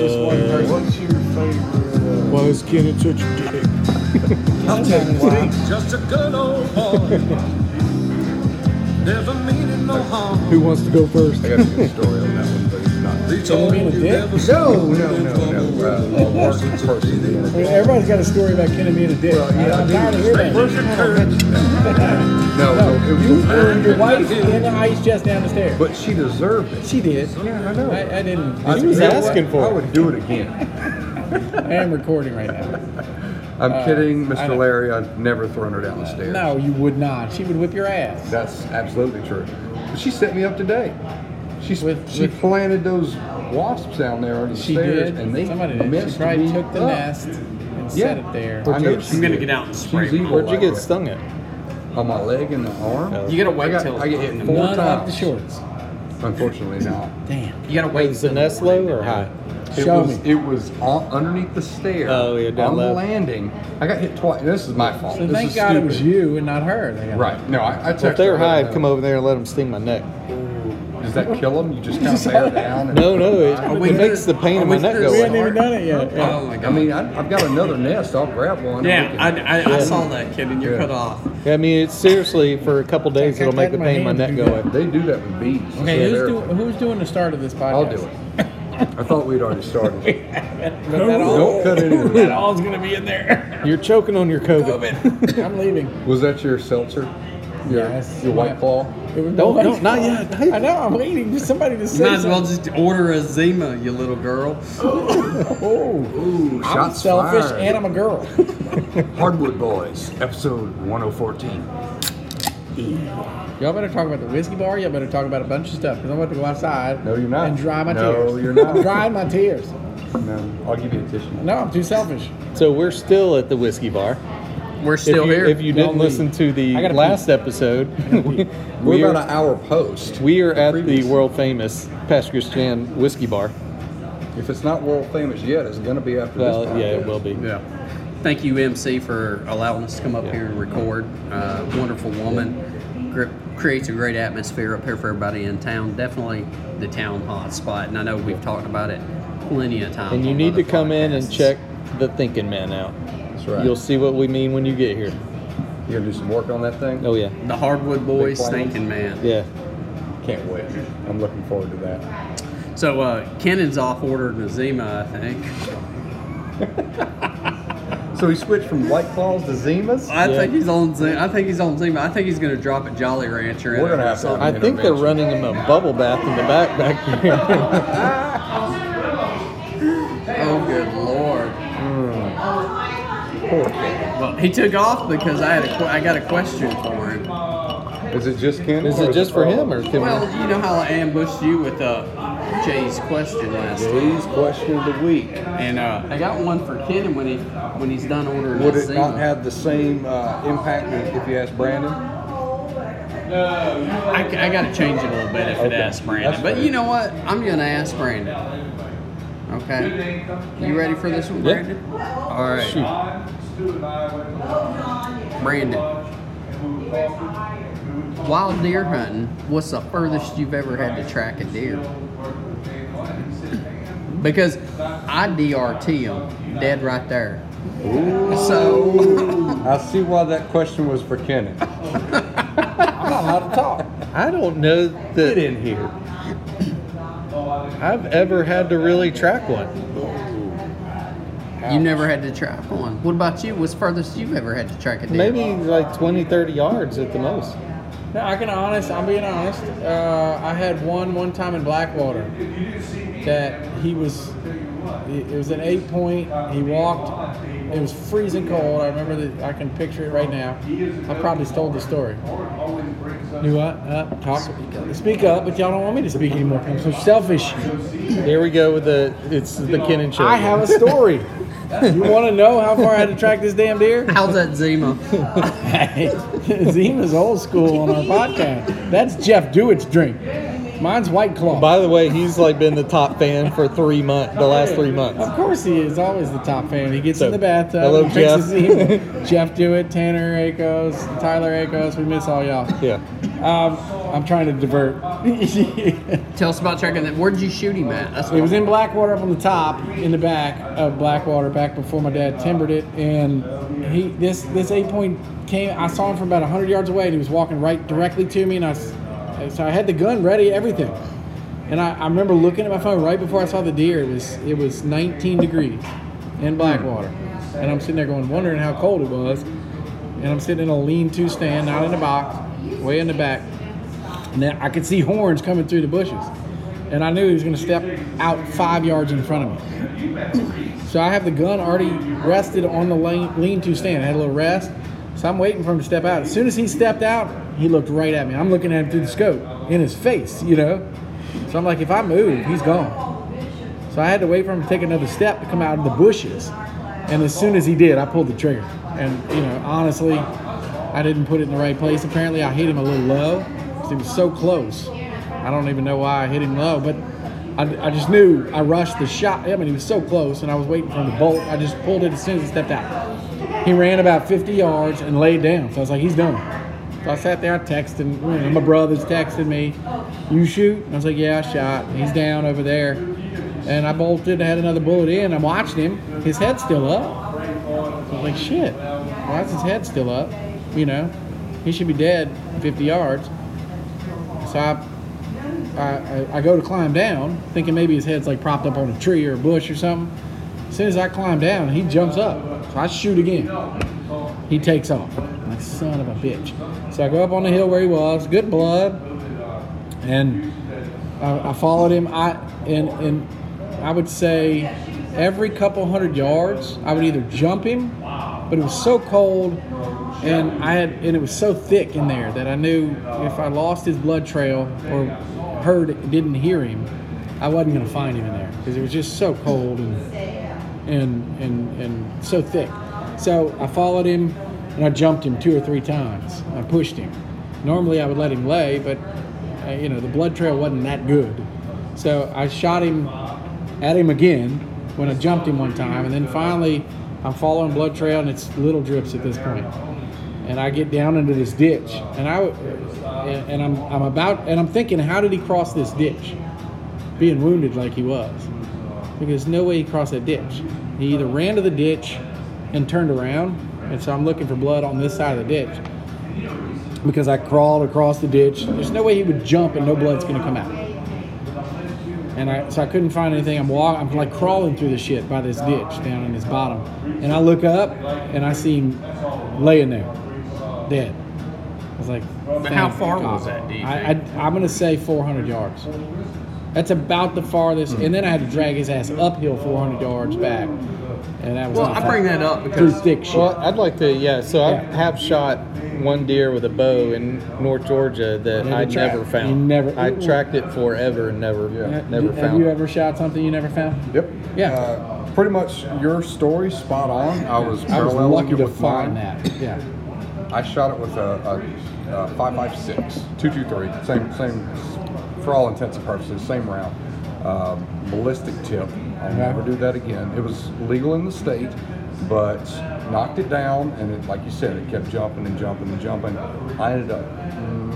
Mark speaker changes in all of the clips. Speaker 1: Uh,
Speaker 2: skinny touch your dick.
Speaker 3: I'll tell you why.
Speaker 4: Just a good old boy. Never meaning no harm.
Speaker 2: Who wants to go first?
Speaker 1: I got a good story on that one, but it's not.
Speaker 4: They told me
Speaker 3: mean a
Speaker 4: you
Speaker 3: dick?
Speaker 4: never
Speaker 1: No, no, no, no. Uh, a person, person.
Speaker 3: I mean, everybody's got a story about Kenny being a dick. I, am tired of hearing that.
Speaker 4: Where's your courage?
Speaker 1: No, no, it
Speaker 3: You
Speaker 1: was.
Speaker 3: burned your wife in the ice chest down the stairs.
Speaker 1: But she deserved it.
Speaker 3: she did.
Speaker 1: Yeah, I know.
Speaker 3: I, I didn't.
Speaker 1: I-
Speaker 2: She was
Speaker 1: you know
Speaker 2: asking
Speaker 1: what?
Speaker 2: for
Speaker 1: I
Speaker 2: it.
Speaker 1: would do it again.
Speaker 3: I am recording right now.
Speaker 1: I'm kidding,
Speaker 3: Uh, I know. Uh,
Speaker 1: Mr. Larry. I'd never thrown her down the stairs.
Speaker 3: No, you would not. She would whip your ass.
Speaker 1: That's absolutely true. She set me up today. She
Speaker 3: With-
Speaker 1: she
Speaker 3: with-
Speaker 1: planted those wasps down there on the
Speaker 3: She
Speaker 1: stairs,
Speaker 3: did.
Speaker 1: and they
Speaker 3: Somebody did.
Speaker 1: messed
Speaker 3: She probably
Speaker 1: me
Speaker 3: took the
Speaker 1: up.
Speaker 3: nest and set
Speaker 1: Yeah.
Speaker 3: it there.
Speaker 1: I know she
Speaker 5: I'm gonna
Speaker 1: did.
Speaker 5: get out and spray
Speaker 1: She's evil
Speaker 5: my
Speaker 2: Where'd you
Speaker 1: like
Speaker 2: get
Speaker 1: that.
Speaker 2: stung at?
Speaker 1: On my leg and the arm.
Speaker 2: Oh.
Speaker 5: You gotta wait
Speaker 1: I got,
Speaker 5: till
Speaker 1: I get hit four
Speaker 3: None of the
Speaker 1: times.
Speaker 3: shorts.
Speaker 1: Unfortunately, not.
Speaker 3: Damn.
Speaker 5: You gotta wait.
Speaker 2: Is it nest low or high?
Speaker 1: It
Speaker 3: Show
Speaker 1: was
Speaker 3: me.
Speaker 1: it was on, underneath the stair.
Speaker 2: Oh, yeah, down
Speaker 1: on the
Speaker 2: low.
Speaker 1: landing. I got hit twice. This is my fault.
Speaker 3: So
Speaker 1: this
Speaker 3: thank
Speaker 1: is
Speaker 3: God it was
Speaker 1: stupid.
Speaker 3: you and not her. They got-
Speaker 1: Right. No, I, I texted
Speaker 2: Well, if they were
Speaker 1: her,
Speaker 2: high,
Speaker 1: no.
Speaker 2: I'd come over there and let them sting my neck.
Speaker 1: Does that kill them? You just kind of bear down. and-
Speaker 2: No, no, it,
Speaker 5: Are
Speaker 2: it
Speaker 5: we
Speaker 2: makes the
Speaker 5: good?
Speaker 2: pain
Speaker 5: Are
Speaker 2: in my
Speaker 5: we
Speaker 2: neck
Speaker 5: good?
Speaker 2: go
Speaker 3: We
Speaker 2: away.
Speaker 3: hadn't even done it yet.
Speaker 5: Oh my
Speaker 1: I
Speaker 5: god.
Speaker 1: mean, I, I've got another nest. I'll grab one.
Speaker 5: yeah, I, I, I
Speaker 2: Yeah.
Speaker 5: saw that kid and you
Speaker 1: Yeah.
Speaker 5: cut off.
Speaker 2: I mean, it's seriously for a couple days
Speaker 3: I
Speaker 2: it'll make
Speaker 3: cut
Speaker 2: the
Speaker 3: my
Speaker 2: pain in my
Speaker 3: hand
Speaker 2: neck
Speaker 3: to
Speaker 2: go
Speaker 3: do
Speaker 2: away.
Speaker 1: They do that with bees.
Speaker 3: Okay,
Speaker 1: So
Speaker 3: who's,
Speaker 1: they're-
Speaker 3: do, who's doing the start of this podcast?
Speaker 1: I'll do it. I thought we'd already started.
Speaker 3: But that all,
Speaker 1: Don't cut it in.
Speaker 5: That all's gonna be in there.
Speaker 2: You're choking on your COVID.
Speaker 3: I'm leaving.
Speaker 1: Was that your seltzer? Your,
Speaker 3: Yes.
Speaker 1: your white claw?
Speaker 3: It was
Speaker 2: Don't-
Speaker 3: my
Speaker 2: don't- not
Speaker 3: fault.
Speaker 2: yet.
Speaker 3: I know. I'm waiting for somebody to
Speaker 5: You
Speaker 3: say
Speaker 5: might as well
Speaker 3: something.
Speaker 5: just order a Zima, you little girl.
Speaker 3: Oh,
Speaker 1: Ooh,
Speaker 3: I'm
Speaker 1: shots
Speaker 3: selfish
Speaker 1: fired.
Speaker 3: and I'm a girl.
Speaker 1: Hardwood Boys, episode 1014.
Speaker 3: Y'all better talk about the whiskey bar. Y'all better talk about a bunch of stuff because I'm about to go outside.
Speaker 1: No, you're not.
Speaker 3: And dry my
Speaker 1: No,
Speaker 3: tears.
Speaker 1: you're not.
Speaker 3: I'm drying my tears.
Speaker 1: No, I'll give you a tissue.
Speaker 3: No, I'm too selfish.
Speaker 2: So we're still at the whiskey bar.
Speaker 5: We're still
Speaker 2: if you,
Speaker 5: here.
Speaker 2: If you
Speaker 3: Don't
Speaker 2: didn't listen to the
Speaker 3: I gotta
Speaker 2: last episode, we,
Speaker 1: We're
Speaker 2: we
Speaker 1: about
Speaker 2: are,
Speaker 1: an hour post.
Speaker 2: we are at the
Speaker 1: previous.
Speaker 2: world famous Pascus Jan Whiskey Bar.
Speaker 1: If it's not world famous yet, it's going to be after
Speaker 2: Well,
Speaker 1: this.
Speaker 2: yeah, it
Speaker 1: podcast.
Speaker 2: will be.
Speaker 5: Yeah. Thank you, MC, for allowing us to come up here and record. Uh, wonderful woman. Gr- creates a great atmosphere up here for everybody in town. Definitely the town hot spot. And I know we've talked about it plenty of times.
Speaker 2: And you
Speaker 5: on
Speaker 2: need
Speaker 5: other
Speaker 2: to come in and
Speaker 5: podcasts.
Speaker 2: check the Thinking Man out.
Speaker 1: That's right.
Speaker 2: You'll
Speaker 1: You'll
Speaker 2: see what we mean when you get here.
Speaker 1: you going to do some work on that thing?
Speaker 2: Oh yeah,
Speaker 5: The Hardwood Boys
Speaker 1: plans.
Speaker 5: Thinking Man.
Speaker 2: yeah.
Speaker 1: Can't wait. I'm looking forward to that.
Speaker 5: So uh, Kennan's off ordering a Zima, I think.
Speaker 1: So he switched from White Claws to Zimas?
Speaker 5: I
Speaker 2: Yeah.
Speaker 5: think he's on. Zima. I think he's on Zima. I think he's going to drop at Jolly Rancher.
Speaker 1: We're gonna
Speaker 5: or
Speaker 1: have to-
Speaker 5: something.
Speaker 2: I think they're
Speaker 1: Intervention.
Speaker 2: running him a bubble bath in the back back there.
Speaker 5: Oh good lord!
Speaker 1: Poor kid.
Speaker 5: Well, he took off because I had a. que- I got a question for him.
Speaker 1: Is it just Ken?
Speaker 2: Is
Speaker 1: or
Speaker 2: it just for
Speaker 1: all-
Speaker 2: him or can
Speaker 5: Well,
Speaker 2: we?
Speaker 5: you know how I ambushed you with uh, Jay's question last week,
Speaker 1: Today's question of the week.
Speaker 5: and uh, I got one for Kenan when he when he's done ordering.
Speaker 1: Would
Speaker 5: his
Speaker 1: it
Speaker 5: Zima.
Speaker 1: not have the same uh, impact if- if you asked Brandon?
Speaker 5: I, got to change it a little bit if it
Speaker 1: Okay.
Speaker 5: asks Brandon,
Speaker 1: That's
Speaker 5: but
Speaker 1: fair.
Speaker 5: you know what? I'm going to ask Brandon. Okay, you ready for this one,
Speaker 2: Yeah.
Speaker 5: Brandon? All right,
Speaker 2: Shoot.
Speaker 5: Brandon. Wild deer hunting. What's the furthest you've ever had to track a deer? Because I DRT them dead right there. So
Speaker 1: I see why that question was for Kenan.
Speaker 3: I'm not allowed to talk.
Speaker 2: I don't know that
Speaker 1: in here.
Speaker 2: I've ever had to really track one.
Speaker 5: you never had to track one. What about you? What's the furthest you've ever had to track a deer?
Speaker 2: Maybe like 20, 30 yards at the most.
Speaker 3: No, I can honest. I'm being honest. Uh, I had one one time in Blackwater that he was. It it was an eight point. He walked. It was freezing cold. I remember that. I can picture it right now. I probably stole the story. You what? Uh, talk. Speak up, but y'all don't want me to speak anymore. I'm so selfish.
Speaker 2: There we go with the it's the Kenan show.
Speaker 3: I have a story. you want to know how far I had to track this damn deer?
Speaker 5: How's that Zima?
Speaker 3: Zima's old school on our podcast. That's Jeff Dewitt's drink. Mine's White Claw.
Speaker 2: By the way, he's like been the top fan for three month the last three months.
Speaker 3: Of course he is. Always the top fan. He gets
Speaker 2: So,
Speaker 3: in the bathtub.
Speaker 2: hello,
Speaker 3: he drinks
Speaker 2: Jeff.
Speaker 3: his email. Jeff Dewitt, Tanner Akos, Tyler Akos. We miss all y'all.
Speaker 2: Yeah.
Speaker 3: Um, I'm trying to divert. it
Speaker 5: Tell us about tracking that. Where did you shoot him at? That's what
Speaker 3: was in Blackwater up on the top, in the back of Blackwater, back before my dad timbered it, and he this this eight point came. I saw him from about hundred yards away, and he was walking right directly to me, and I s- so I had the gun ready, everything, and I, I remember looking at my phone right before I saw the deer. It was it was 19 degrees in Blackwater, and I'm sitting there going wondering how cold it was, and I'm sitting in a lean-to stand, not in a box, way in the back. And then I could see horns coming through the bushes. And I knew he was going to step out five yards in front of me. So I have the gun already rested on the lean, lean-to stand. I had a little rest. So I'm waiting for him to step out. As soon as he stepped out, he looked right at me. I'm looking at him through the scope in his face, you know. So I'm like, if I move, he's gone. So I had to wait for him to take another step to come out of the bushes. And as soon as he did, I pulled the trigger. And, you know, honestly, I didn't put it in the right place. Apparently, I hit him a little low 'cause he was so close. I don't even know why I hit him low, but I, I just knew I rushed the shot. I mean, he was so close, and I was waiting for him to bolt. I just pulled it as soon as he stepped out. He ran about 50 yards and laid down. So I was like, he's done. So I sat there, I texted him. you know, My brother's texting me, "You shoot?" And I was like, "Yeah, I shot." He's down over there, and I bolted. Had another bullet in. I'm watching him. His head's still up. I was like, "Shit, why is his head still up?" You know, he should be dead 50 yards. So I, I, I- I go to climb down, thinking maybe his head's like propped up on a tree or a bush or something. As soon as I climb down, he jumps up. So I shoot again. He takes off. I'm like, son of a bitch. So I go up on the hill where he was, good blood, and I, I followed him. I and and I would say every couple hundred yards, I would either jump him, but it was so cold, and I had and it was so thick in there that I knew if I lost his blood trail or heard didn't hear him, I wasn't gonna find him in there because it was just so cold and and and and so thick. So I followed him and I jumped him two or three times. I pushed him. Normally I would let him lay, but uh, you know the blood trail wasn't that good. So I shot him at him again when I jumped him one time, and then finally I'm following blood trail and it's little drips at this point. And I get down into this ditch, and I and and I'm I'm about and I'm thinking, how did he cross this ditch? being wounded like he was. Because there's no way he crossed that ditch. He either ran to the ditch and turned around, and so I'm looking for blood on this side of the ditch. Because I crawled across the ditch. There's no way he would jump and no blood's gonna come out. And I so I couldn't find anything. I'm walk I'm like crawling through the shit by this ditch down in this bottom. And I look up and I see him laying there. Dead. I was like,
Speaker 5: But how
Speaker 3: "Thank
Speaker 5: far
Speaker 3: God."
Speaker 5: was that, do you
Speaker 3: I,
Speaker 5: think?
Speaker 3: I, I'm gonna say 400 yards. That's about the farthest,
Speaker 1: Hmm.
Speaker 3: and then I had to drag his ass uphill 400 yards back, and that was
Speaker 5: Well,
Speaker 3: not
Speaker 5: I
Speaker 3: fun.
Speaker 5: bring that up
Speaker 3: through
Speaker 5: because
Speaker 3: thick shit.
Speaker 2: Well, I'd like to, yeah. So I
Speaker 3: Yeah.
Speaker 2: have shot one deer with a bow in North Georgia that
Speaker 3: Never
Speaker 2: I
Speaker 3: tracked.
Speaker 2: never found.
Speaker 3: You never-
Speaker 2: I tracked it forever and never,
Speaker 1: Yeah.
Speaker 2: never
Speaker 3: have
Speaker 2: found.
Speaker 3: you
Speaker 2: it.
Speaker 3: ever shot something you never found?
Speaker 1: Yep.
Speaker 3: Yeah.
Speaker 1: Uh, pretty much your story spot on. I
Speaker 3: I
Speaker 1: was
Speaker 3: was
Speaker 1: paralleling
Speaker 3: lucky
Speaker 1: it
Speaker 3: to
Speaker 1: with
Speaker 3: find
Speaker 1: mine.
Speaker 3: that. Yeah.
Speaker 1: I shot it with a, a, a 556, 223, same, same, for all intents and purposes, same round. Um, ballistic tip. I'll never do that again. It was legal in the state, but knocked it down, and it, like you said, it kept jumping and jumping and jumping. I ended up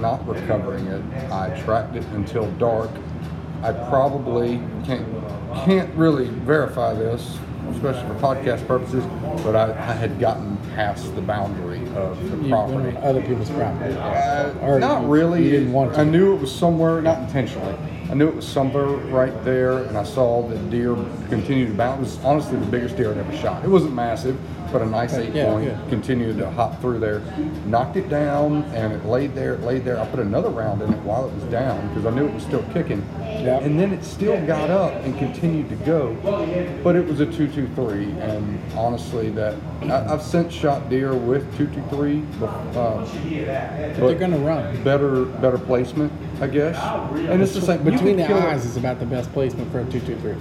Speaker 1: not recovering it. I tracked it until dark. I probably can't can't really verify this, especially for podcast purposes, but I, I had gotten past the boundary of the
Speaker 3: You went
Speaker 1: property.
Speaker 3: on other people's property.
Speaker 1: Uh,
Speaker 3: Or
Speaker 1: not
Speaker 3: you-
Speaker 1: really.
Speaker 3: you didn't want to.
Speaker 1: I knew it was somewhere, not intentionally. I knew it was somewhere right there, and I saw the deer continue to bounce. It was honestly the biggest deer I'd ever shot. It wasn't massive, but a nice eight
Speaker 3: yeah,
Speaker 1: point.
Speaker 3: yeah.
Speaker 1: Continued to hop through there, knocked it down, and it laid there. It laid there. I put another round in it while it was down because I knew it was still kicking.
Speaker 3: Yeah.
Speaker 1: And then it still got up and continued to go, but it was a two-two-three, and honestly, that I, I've since shot deer with two-two-three. Uh,
Speaker 3: But they're gonna run.
Speaker 1: better better placement, I guess. And it's just like
Speaker 3: Between the
Speaker 1: you can kill-
Speaker 3: eyes is about the best placement for a two-two-three.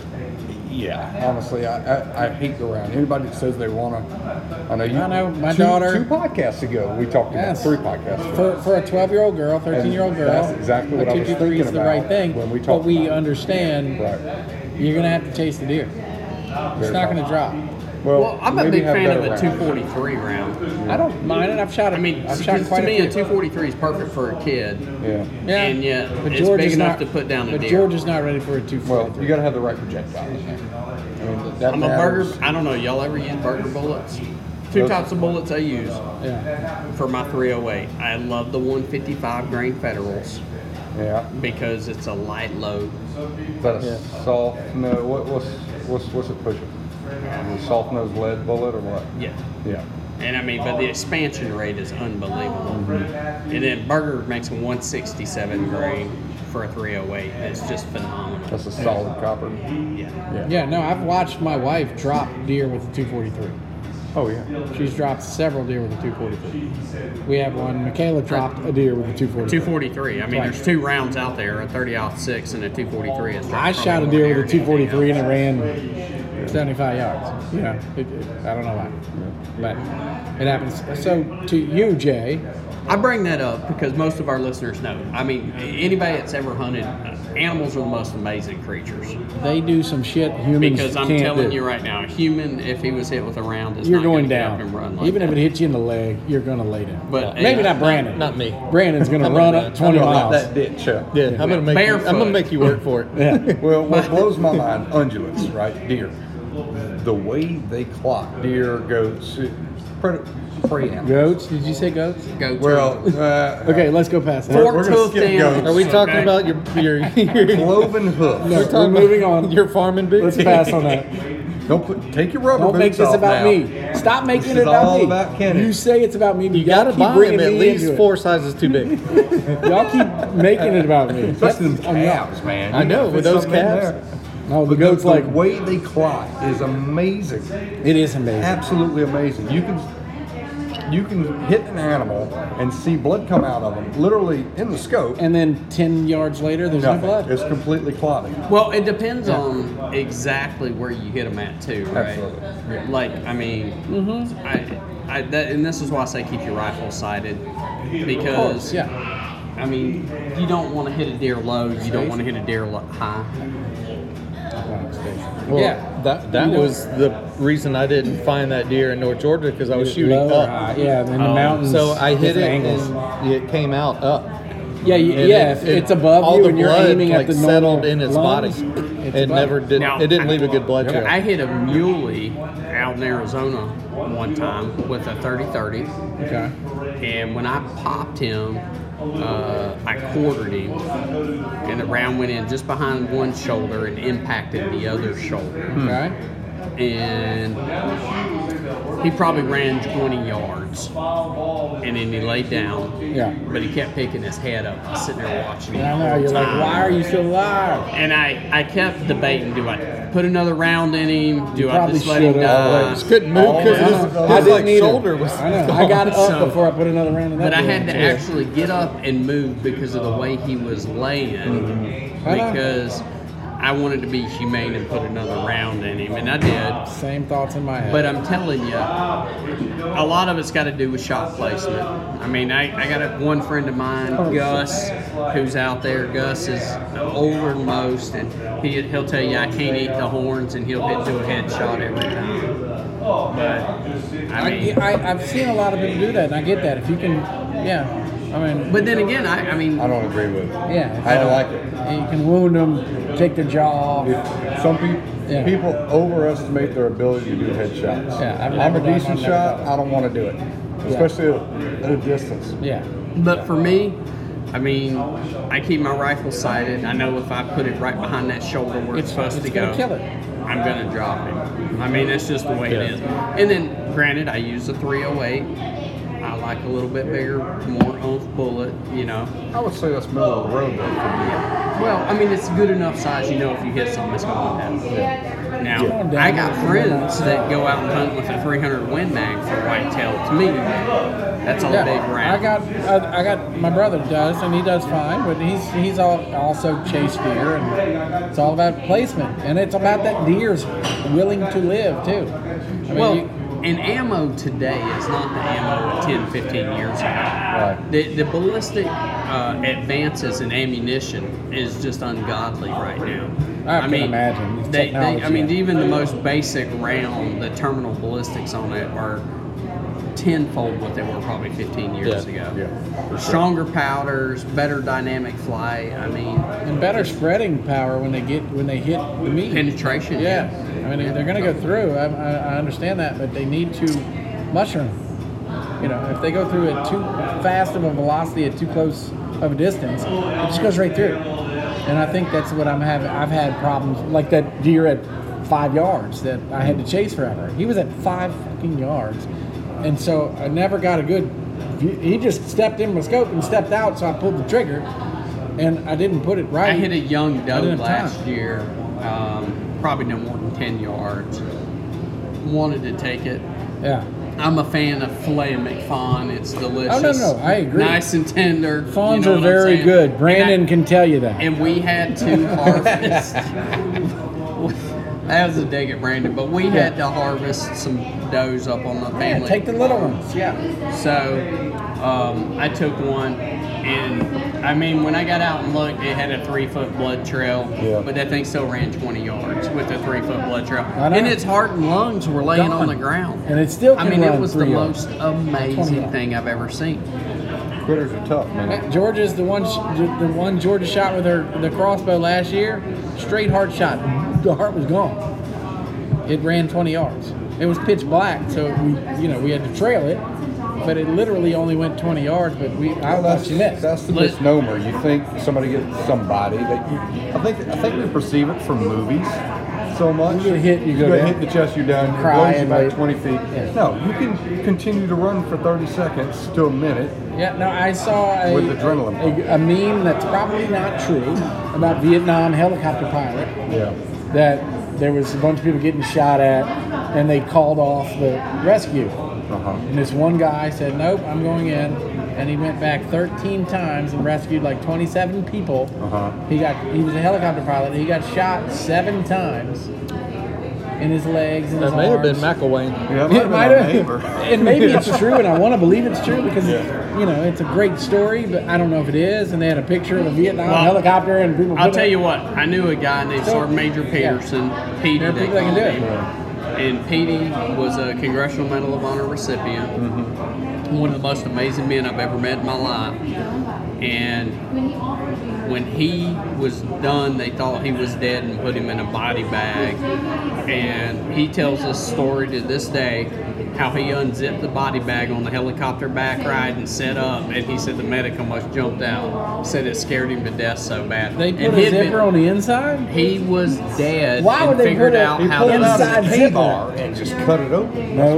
Speaker 1: Yeah, honestly, I, I, I hate the round. Anybody that says they want to, I know you.
Speaker 3: I know, my
Speaker 1: two,
Speaker 3: daughter-
Speaker 1: Two podcasts ago, we talked about
Speaker 3: Yes.
Speaker 1: three podcasts. ago.
Speaker 3: For, for a 12 year old girl, 13 year old girl,
Speaker 1: that's exactly what I was
Speaker 3: 223 is
Speaker 1: thinking
Speaker 3: the
Speaker 1: about
Speaker 3: right thing.
Speaker 1: when we talk
Speaker 3: but we
Speaker 1: about it.
Speaker 3: understand
Speaker 1: Right.
Speaker 3: you're going to have to chase the deer. It's
Speaker 1: Very
Speaker 3: not going to
Speaker 1: possible.
Speaker 3: drop.
Speaker 1: Well,
Speaker 5: Well, I'm a
Speaker 1: maybe
Speaker 5: big
Speaker 1: have
Speaker 5: fan of
Speaker 1: better
Speaker 5: a
Speaker 1: rounds.
Speaker 5: 243 round.
Speaker 3: I don't mind it. I've shot.
Speaker 5: I mean,
Speaker 3: I've
Speaker 5: to
Speaker 3: shot quite a
Speaker 5: me,
Speaker 3: few.
Speaker 5: a 243 is perfect for a kid.
Speaker 1: Yeah.
Speaker 3: Yeah.
Speaker 5: And yet,
Speaker 3: But
Speaker 5: it's
Speaker 3: George
Speaker 5: big
Speaker 3: is
Speaker 5: enough
Speaker 3: not-
Speaker 5: to put down a
Speaker 3: But
Speaker 5: deer.
Speaker 3: George is not ready for a two
Speaker 1: Well,
Speaker 3: forty-three.
Speaker 1: you got to have the right projectile. I think. I mean, that
Speaker 5: I'm a
Speaker 1: matters.
Speaker 5: burger. I don't know. Y'all ever use burger bullets? Two
Speaker 1: Those-
Speaker 5: types of bullets I use
Speaker 3: yeah.
Speaker 5: for my 308. I love the 155 grain federals
Speaker 1: Yeah.
Speaker 5: because it's a light load.
Speaker 1: Is that a soft no? What, what's what's what's it pushing? A soft nose lead bullet or what?
Speaker 5: Yeah.
Speaker 1: Yeah.
Speaker 5: And I mean, but the expansion rate is unbelievable. And then Burger makes a 167 grain for a 308. It's just phenomenal.
Speaker 1: That's a solid copper.
Speaker 5: yeah.
Speaker 3: Yeah. No, I've watched my wife drop deer with a two forty-three.
Speaker 1: Oh yeah.
Speaker 3: She's dropped several deer with a two forty-three. We have one. Michaela dropped a deer with a two forty-three.
Speaker 5: 243. I mean, there's two rounds out there: a 30 out six and a 243. It's
Speaker 3: I
Speaker 5: probably
Speaker 3: shot a
Speaker 5: more
Speaker 3: deer
Speaker 5: rare
Speaker 3: with a two
Speaker 5: than anything
Speaker 3: forty-three and it
Speaker 5: else.
Speaker 3: ran seventy-five yards. You know, it, it, I don't know why, but it happens. So to you, Jay,
Speaker 5: I bring that up because most of our listeners know. I mean, anybody that's ever hunted, uh, animals are the most amazing creatures.
Speaker 3: they do some shit humans
Speaker 5: Because I'm
Speaker 3: can't
Speaker 5: telling
Speaker 3: do.
Speaker 5: you right now, a human, if he was hit with a round, is
Speaker 3: You're
Speaker 5: not
Speaker 3: going
Speaker 5: gonna get up
Speaker 3: down.
Speaker 5: and run like
Speaker 3: Even if
Speaker 5: that.
Speaker 3: it hits you in the leg, you're going to lay down.
Speaker 5: But
Speaker 3: Maybe
Speaker 5: a-
Speaker 3: not Brandon.
Speaker 2: Not me.
Speaker 3: Brandon's going to
Speaker 2: I'm
Speaker 3: run
Speaker 2: not
Speaker 3: up 20
Speaker 2: Brandon. I'm
Speaker 3: miles.
Speaker 2: not
Speaker 1: That ditch. uh,
Speaker 2: Yeah, I'm gonna make. You, I'm
Speaker 5: Barefoot.
Speaker 2: gonna make you work for it.
Speaker 3: Yeah.
Speaker 1: Well, what blows my mind, undulates, right? Deer. The way they clock deer, goats, pre, prey animals.
Speaker 3: Goats? Did you say goats?
Speaker 5: Go to
Speaker 1: Well, uh,
Speaker 3: Okay, let's go past that.
Speaker 1: Four-
Speaker 5: Fork
Speaker 1: we're gonna
Speaker 5: toothed
Speaker 1: skip
Speaker 5: animals,
Speaker 2: Are we talking
Speaker 5: okay?
Speaker 2: about your your? your
Speaker 1: cloven hoof.
Speaker 3: No, we're moving on.
Speaker 2: Your farming big.
Speaker 3: Let's
Speaker 2: team?
Speaker 3: pass on that.
Speaker 1: Don't put, take your rubber
Speaker 3: Don't make
Speaker 1: boots
Speaker 3: this
Speaker 1: off
Speaker 3: about
Speaker 1: now.
Speaker 3: me. Stop making it
Speaker 1: This is
Speaker 3: about
Speaker 1: all
Speaker 3: me.
Speaker 1: about Kenny.
Speaker 3: You say it's about me, but
Speaker 2: You gotta
Speaker 3: keep
Speaker 2: buy
Speaker 3: bringing
Speaker 2: him at
Speaker 3: me
Speaker 2: least
Speaker 3: into it.
Speaker 2: four sizes too big.
Speaker 3: Y'all keep making it about me.
Speaker 1: Especially them
Speaker 3: That's- I'm not-
Speaker 1: calves, man.
Speaker 2: I know,
Speaker 1: You
Speaker 2: with
Speaker 1: gotta
Speaker 2: those
Speaker 1: fit something in
Speaker 2: calves.
Speaker 1: there.
Speaker 3: No, the
Speaker 1: But
Speaker 3: goat's
Speaker 1: the
Speaker 3: like,
Speaker 1: way they clock is amazing.
Speaker 3: it is amazing.
Speaker 1: Absolutely amazing. You can you can hit an animal and see blood come out of them, literally in the scope.
Speaker 3: And then 10 yards later, there's no
Speaker 1: nothing.
Speaker 3: blood.
Speaker 1: It's completely clotting.
Speaker 5: Well, it depends on exactly where you hit them at, too, right?
Speaker 1: Absolutely.
Speaker 5: Like, I mean,
Speaker 2: Mm-hmm.
Speaker 5: I, I, that, and this is why I say keep your rifle sighted, because
Speaker 3: course, yeah.
Speaker 5: I mean, you don't want to hit a deer low. You don't want to hit a deer lo- high.
Speaker 2: Well,
Speaker 3: Yeah.
Speaker 2: that that
Speaker 3: You know-
Speaker 2: was the reason I didn't find that deer in North Georgia because I was shooting
Speaker 3: Low or high.
Speaker 2: up.
Speaker 3: Yeah, in the mountains.
Speaker 2: So I hit it
Speaker 3: different angles.
Speaker 2: and it came out up.
Speaker 3: Yeah, you,
Speaker 2: And
Speaker 3: yeah.
Speaker 2: it-
Speaker 3: if
Speaker 2: it-
Speaker 3: it's above
Speaker 2: all
Speaker 3: you
Speaker 2: the
Speaker 3: and you're
Speaker 2: blood,
Speaker 3: aiming
Speaker 2: like,
Speaker 3: at the
Speaker 2: settled
Speaker 3: normal
Speaker 2: in its
Speaker 3: lungs,
Speaker 2: body.
Speaker 3: it's
Speaker 2: It
Speaker 3: above
Speaker 2: never
Speaker 3: you.
Speaker 2: did.
Speaker 5: Now,
Speaker 2: it didn't
Speaker 5: I-
Speaker 2: leave a good blood trail.
Speaker 5: I hit a muley out in Arizona one time with a 30-30.
Speaker 3: Okay.
Speaker 5: And when I popped him, uh, I quartered him, and the round went in just behind one shoulder and impacted the other shoulder.
Speaker 2: Hmm.
Speaker 3: Okay.
Speaker 5: And he probably ran 20 yards, and then he laid down.
Speaker 3: Yeah.
Speaker 5: But he kept picking his head up, I'm sitting there watching him.
Speaker 3: And I
Speaker 5: the
Speaker 3: know
Speaker 5: whole
Speaker 3: you're like,
Speaker 5: time.
Speaker 3: why are you still alive?
Speaker 5: And I, I kept debating: do I put another round in him? Do I
Speaker 3: probably
Speaker 5: just let him
Speaker 3: should've.
Speaker 5: die?
Speaker 2: Just couldn't
Speaker 5: Oh,
Speaker 2: move because
Speaker 1: I
Speaker 2: his,
Speaker 1: know.
Speaker 2: his,
Speaker 1: I
Speaker 2: like,
Speaker 3: didn't either.
Speaker 2: shoulder was.
Speaker 3: I know. I got up before I put another round in that.
Speaker 5: But I
Speaker 3: deer.
Speaker 5: had to actually get up and move because of the way he was laying.
Speaker 3: I know.
Speaker 5: Because I wanted to be humane and put another round in him, and I did.
Speaker 3: Same thoughts in my head.
Speaker 5: But I'm telling you, a lot of it's got to do with shot placement. I mean, I, I got a, one friend of mine, Gus, who's out there. Gus is older than most, and he, he'll tell you, I can't eat the horns, and he'll hit to a headshot every time. But, I
Speaker 3: I,
Speaker 5: mean,
Speaker 3: I, I've seen a lot of people do that, and I get that. If you can, yeah. I mean,
Speaker 5: but then again, I, I mean,
Speaker 1: I don't agree with it.
Speaker 3: yeah. if
Speaker 1: I don't
Speaker 3: you-
Speaker 1: like it.
Speaker 3: You can wound them, take their jaw off.
Speaker 1: If some people
Speaker 3: Yeah.
Speaker 1: people overestimate their ability to do headshots.
Speaker 3: Yeah, I've
Speaker 1: I'm
Speaker 3: never
Speaker 1: a
Speaker 3: done
Speaker 1: decent
Speaker 3: one, never
Speaker 1: shot.
Speaker 3: done.
Speaker 1: I don't want to do it, especially at a distance.
Speaker 3: Yeah.
Speaker 5: But for me, I mean, I keep my rifle sighted. I know if I put it right behind that shoulder where
Speaker 3: It's-
Speaker 5: it's, supposed
Speaker 3: it's
Speaker 5: to go,
Speaker 3: gonna kill it.
Speaker 5: I'm gonna drop it. I mean, that's just the way it
Speaker 2: Yeah.
Speaker 5: is. And then, granted, I use a 308. I like a little bit bigger, more oomph bullet. You know.
Speaker 1: I would say that's middle of the road though. for me.
Speaker 5: Well, I mean, it's good enough size. You know, if you hit something, it's gonna happen. Now,
Speaker 3: Yeah.
Speaker 5: I got friends that go out and hunt with a 300 Win Mag for whitetail. To me, that's a
Speaker 3: Yeah,
Speaker 5: big round.
Speaker 3: I got, I, I got. My brother does, and he does fine. But he's he's all also chase deer, and it's all about placement, and it's about that deer's willing to live too. I mean,
Speaker 5: Well,
Speaker 3: you-
Speaker 5: and ammo today is not the ammo of 10, 15 years ago.
Speaker 1: Right.
Speaker 5: The, the ballistic uh, advances in ammunition is just ungodly right now.
Speaker 6: I can imagine. It's
Speaker 5: They, they, I
Speaker 6: technology.
Speaker 5: mean, even the most basic round, the terminal ballistics on it are tenfold what they were probably 15 years
Speaker 2: Yeah.
Speaker 5: ago.
Speaker 1: Yeah, for sure.
Speaker 5: Stronger powders, better dynamic flight. I mean,
Speaker 3: and better spreading power when they get when they hit the meat.
Speaker 5: penetration.
Speaker 3: yeah, I mean they're going to go through. I, I, I understand that, but they need to mushroom. You know, if they go through at too fast of a velocity at too close of a distance, it just goes right through. And I think that's what I'm having. I've had problems like that deer at five yards that I had to chase forever. He was at five fucking yards, and so I never got a good. view. He just stepped in my scope and stepped out, so I pulled the trigger, and I didn't put it right.
Speaker 5: I hit a young
Speaker 3: I
Speaker 5: doe
Speaker 3: didn't have
Speaker 5: last
Speaker 3: time.
Speaker 5: year, um, probably no more than 10 yards. Wanted to take it.
Speaker 3: Yeah.
Speaker 5: I'm a fan of filet McFawn. It's delicious.
Speaker 3: Oh, no, I agree.
Speaker 5: Nice and tender. you
Speaker 3: Fawns
Speaker 5: know
Speaker 3: are
Speaker 5: what I'm
Speaker 3: very
Speaker 5: saying?
Speaker 3: good. Brandon
Speaker 5: And, I-
Speaker 3: can tell you that.
Speaker 5: and we had to harvest. that was a dig at Brandon, but we had to harvest some does up on the
Speaker 3: Yeah,
Speaker 5: family.
Speaker 3: take the little ones. Yeah.
Speaker 5: So um, I took one, and I mean, when I got out and looked, it had a three foot blood trail,
Speaker 1: Yeah.
Speaker 5: but that thing still ran 20 yards with a three foot blood trail.
Speaker 3: I know.
Speaker 5: And its heart and lungs were laying on
Speaker 3: Gone.
Speaker 5: the ground.
Speaker 3: And it still
Speaker 5: I
Speaker 3: can
Speaker 5: mean, it
Speaker 3: run
Speaker 5: was the
Speaker 3: three yards.
Speaker 5: most amazing
Speaker 3: yards.
Speaker 5: thing I've ever seen.
Speaker 1: Critters are tough, man.
Speaker 3: Georgia's the one, sh- the one Georgia shot with her the crossbow last year. Straight heart shot. The heart was gone. It ran 20 yards. It was pitch black, so we, you know, we had to trail it, but it literally only went 20 yards. But we, I watched
Speaker 1: Well, that's,
Speaker 3: you miss.
Speaker 1: that's the
Speaker 5: Let-
Speaker 1: misnomer. You think somebody gets somebody that you, I think I think we perceive it from movies so much.
Speaker 3: You get hit, you go
Speaker 1: get
Speaker 3: down.
Speaker 1: hit in the chest, you're down, it
Speaker 3: Cry
Speaker 1: blows you
Speaker 3: and
Speaker 1: back
Speaker 3: wait.
Speaker 1: 20 feet.
Speaker 3: Yeah.
Speaker 1: No, you can continue to run for 30 seconds to a minute.
Speaker 3: Yeah, no, I saw a,
Speaker 1: With adrenaline pump.
Speaker 3: a, a meme that's probably not true about Vietnam helicopter pilot
Speaker 1: Yeah.
Speaker 3: that there was a bunch of people getting shot at and they called off the rescue.
Speaker 1: Uh-huh.
Speaker 3: And this one guy said, Nope, I'm going in. And he went back 13 times and rescued like 27 people.
Speaker 1: Uh-huh.
Speaker 3: He got he was a helicopter pilot. He got shot seven times in his legs and his
Speaker 2: That may have been
Speaker 3: arms.
Speaker 2: McElwain.
Speaker 1: Yeah,
Speaker 3: It might have.
Speaker 1: neighbor.
Speaker 3: And maybe it's true, and I want to believe it's true because
Speaker 1: Yeah.
Speaker 3: you know it's a great story, but I don't know if it is. And they had a picture of a Vietnam
Speaker 5: Well,
Speaker 3: helicopter, and people.
Speaker 5: I'll
Speaker 3: put
Speaker 5: tell
Speaker 3: it-
Speaker 5: you what, I knew a guy named
Speaker 3: So-
Speaker 5: Sergeant Major Peterson, Petey,
Speaker 3: There are
Speaker 5: they
Speaker 3: people that can
Speaker 5: called
Speaker 3: do it.
Speaker 5: him. And Petey was a Congressional Medal of Honor recipient,
Speaker 3: Mm-hmm.
Speaker 5: one of the most amazing men I've ever met in my life. And when he was done, they thought he was dead and put him in a body bag. And he tells this story to this day how he unzipped the body bag on the helicopter back ride and set up. And he said the medic almost jumped out, said it scared him to death so bad.
Speaker 3: They
Speaker 5: And
Speaker 3: put
Speaker 5: he
Speaker 3: a
Speaker 5: had been-
Speaker 3: zipper on the inside.
Speaker 5: he was dead.
Speaker 3: Why
Speaker 5: and
Speaker 3: would they
Speaker 5: figured
Speaker 3: put a-
Speaker 5: out
Speaker 1: He
Speaker 5: how
Speaker 1: pulled
Speaker 5: to
Speaker 1: it out of
Speaker 3: Inside
Speaker 1: the
Speaker 3: zipper.
Speaker 1: T-bar and just cut it open.
Speaker 3: No,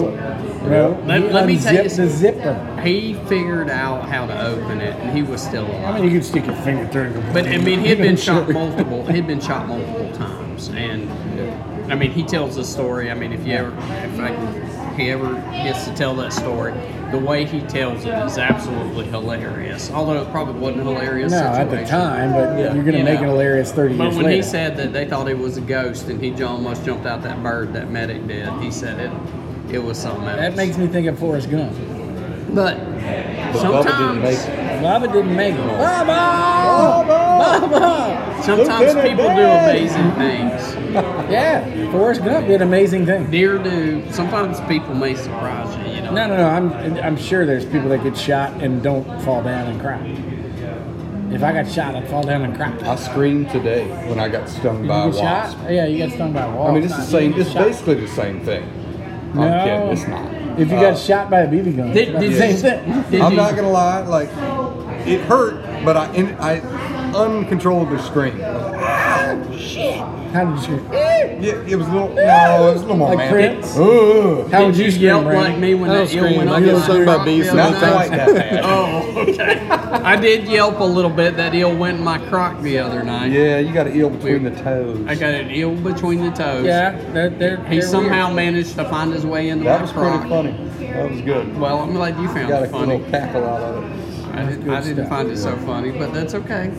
Speaker 3: no.
Speaker 5: Let-
Speaker 3: he
Speaker 5: let me tell you
Speaker 3: unzipped the
Speaker 5: something.
Speaker 3: zipper.
Speaker 5: He figured out how to open it, and he was still
Speaker 3: I
Speaker 5: alive.
Speaker 3: mean, you could stick your finger through. it and-
Speaker 5: But I mean, he had been shot multiple. He'd been shot multiple times, and I mean, he tells the story. I mean, if you ever, if I, if he ever gets to tell that story, the way he tells it is absolutely hilarious. Although it probably wasn't a hilarious.
Speaker 3: No, at
Speaker 5: situation.
Speaker 3: the time, but
Speaker 2: Yeah.
Speaker 3: you're gonna
Speaker 5: You
Speaker 3: make
Speaker 5: know.
Speaker 3: it hilarious thirty
Speaker 5: But
Speaker 3: years
Speaker 5: when
Speaker 3: later.
Speaker 5: he said that they thought he was a ghost and he j- almost jumped out that bird that medic did, he said it. It was something else.
Speaker 3: that makes me think of Forrest Gump.
Speaker 5: But
Speaker 1: Bubba didn't make
Speaker 5: sometimes,
Speaker 1: it.
Speaker 3: Baba didn't make it. Baba, Baba.
Speaker 5: sometimes
Speaker 1: Lieutenant
Speaker 5: people do
Speaker 1: Dan!
Speaker 5: amazing things.
Speaker 3: Yeah, Forrest Gump did amazing things.
Speaker 5: Deer do. Sometimes people may surprise you. You know.
Speaker 3: No, no, no. I'm I'm sure there's people that get shot and don't fall down and cry. If I got shot, I'd fall down and cry.
Speaker 1: I screamed today when I got stung
Speaker 3: You
Speaker 1: by a
Speaker 3: get
Speaker 1: wasp.
Speaker 3: shot? Yeah, you got stung by a wasp.
Speaker 1: I mean, it's the
Speaker 3: Not-
Speaker 1: same. It's
Speaker 3: shot.
Speaker 1: basically the same thing.
Speaker 3: No.
Speaker 1: I'm kidding. It's not.
Speaker 3: If you
Speaker 1: Uh,
Speaker 3: got shot by a BB gun,
Speaker 5: Did,
Speaker 3: it's
Speaker 5: did,
Speaker 3: the
Speaker 5: you,
Speaker 3: same thing.
Speaker 5: did
Speaker 1: I'm
Speaker 5: you-
Speaker 1: not gonna lie. Like, it hurt, but I and I uncontrollably screamed.
Speaker 3: How did you?
Speaker 1: It, it was a little. No, it was a little more
Speaker 3: Like
Speaker 1: romantic.
Speaker 3: Prince?
Speaker 1: Ugh.
Speaker 3: How would
Speaker 5: did
Speaker 3: you
Speaker 5: you
Speaker 3: scream,
Speaker 5: yell
Speaker 3: Brandon?
Speaker 5: like me when
Speaker 2: I
Speaker 5: that
Speaker 2: was
Speaker 5: eel
Speaker 2: screaming,
Speaker 5: went up?
Speaker 2: I got
Speaker 5: in the
Speaker 2: stung by
Speaker 5: rock
Speaker 2: bees
Speaker 5: the other
Speaker 1: Not quite
Speaker 5: night?
Speaker 1: that bad.
Speaker 5: Oh, okay. I did yelp a little bit. That eel went in my crock the other night.
Speaker 1: Yeah, you got an eel between the toes.
Speaker 5: I got an eel between the toes.
Speaker 3: Yeah, they're, they're,
Speaker 5: He
Speaker 3: they're
Speaker 5: somehow managed to find his way into
Speaker 1: That
Speaker 5: my
Speaker 1: was pretty
Speaker 5: crock.
Speaker 1: funny. That was good.
Speaker 5: Well, I'm glad you found
Speaker 1: Got a
Speaker 5: it funny.
Speaker 1: little cackle out of it.
Speaker 5: I, did, I didn't find it so funny, but that's okay.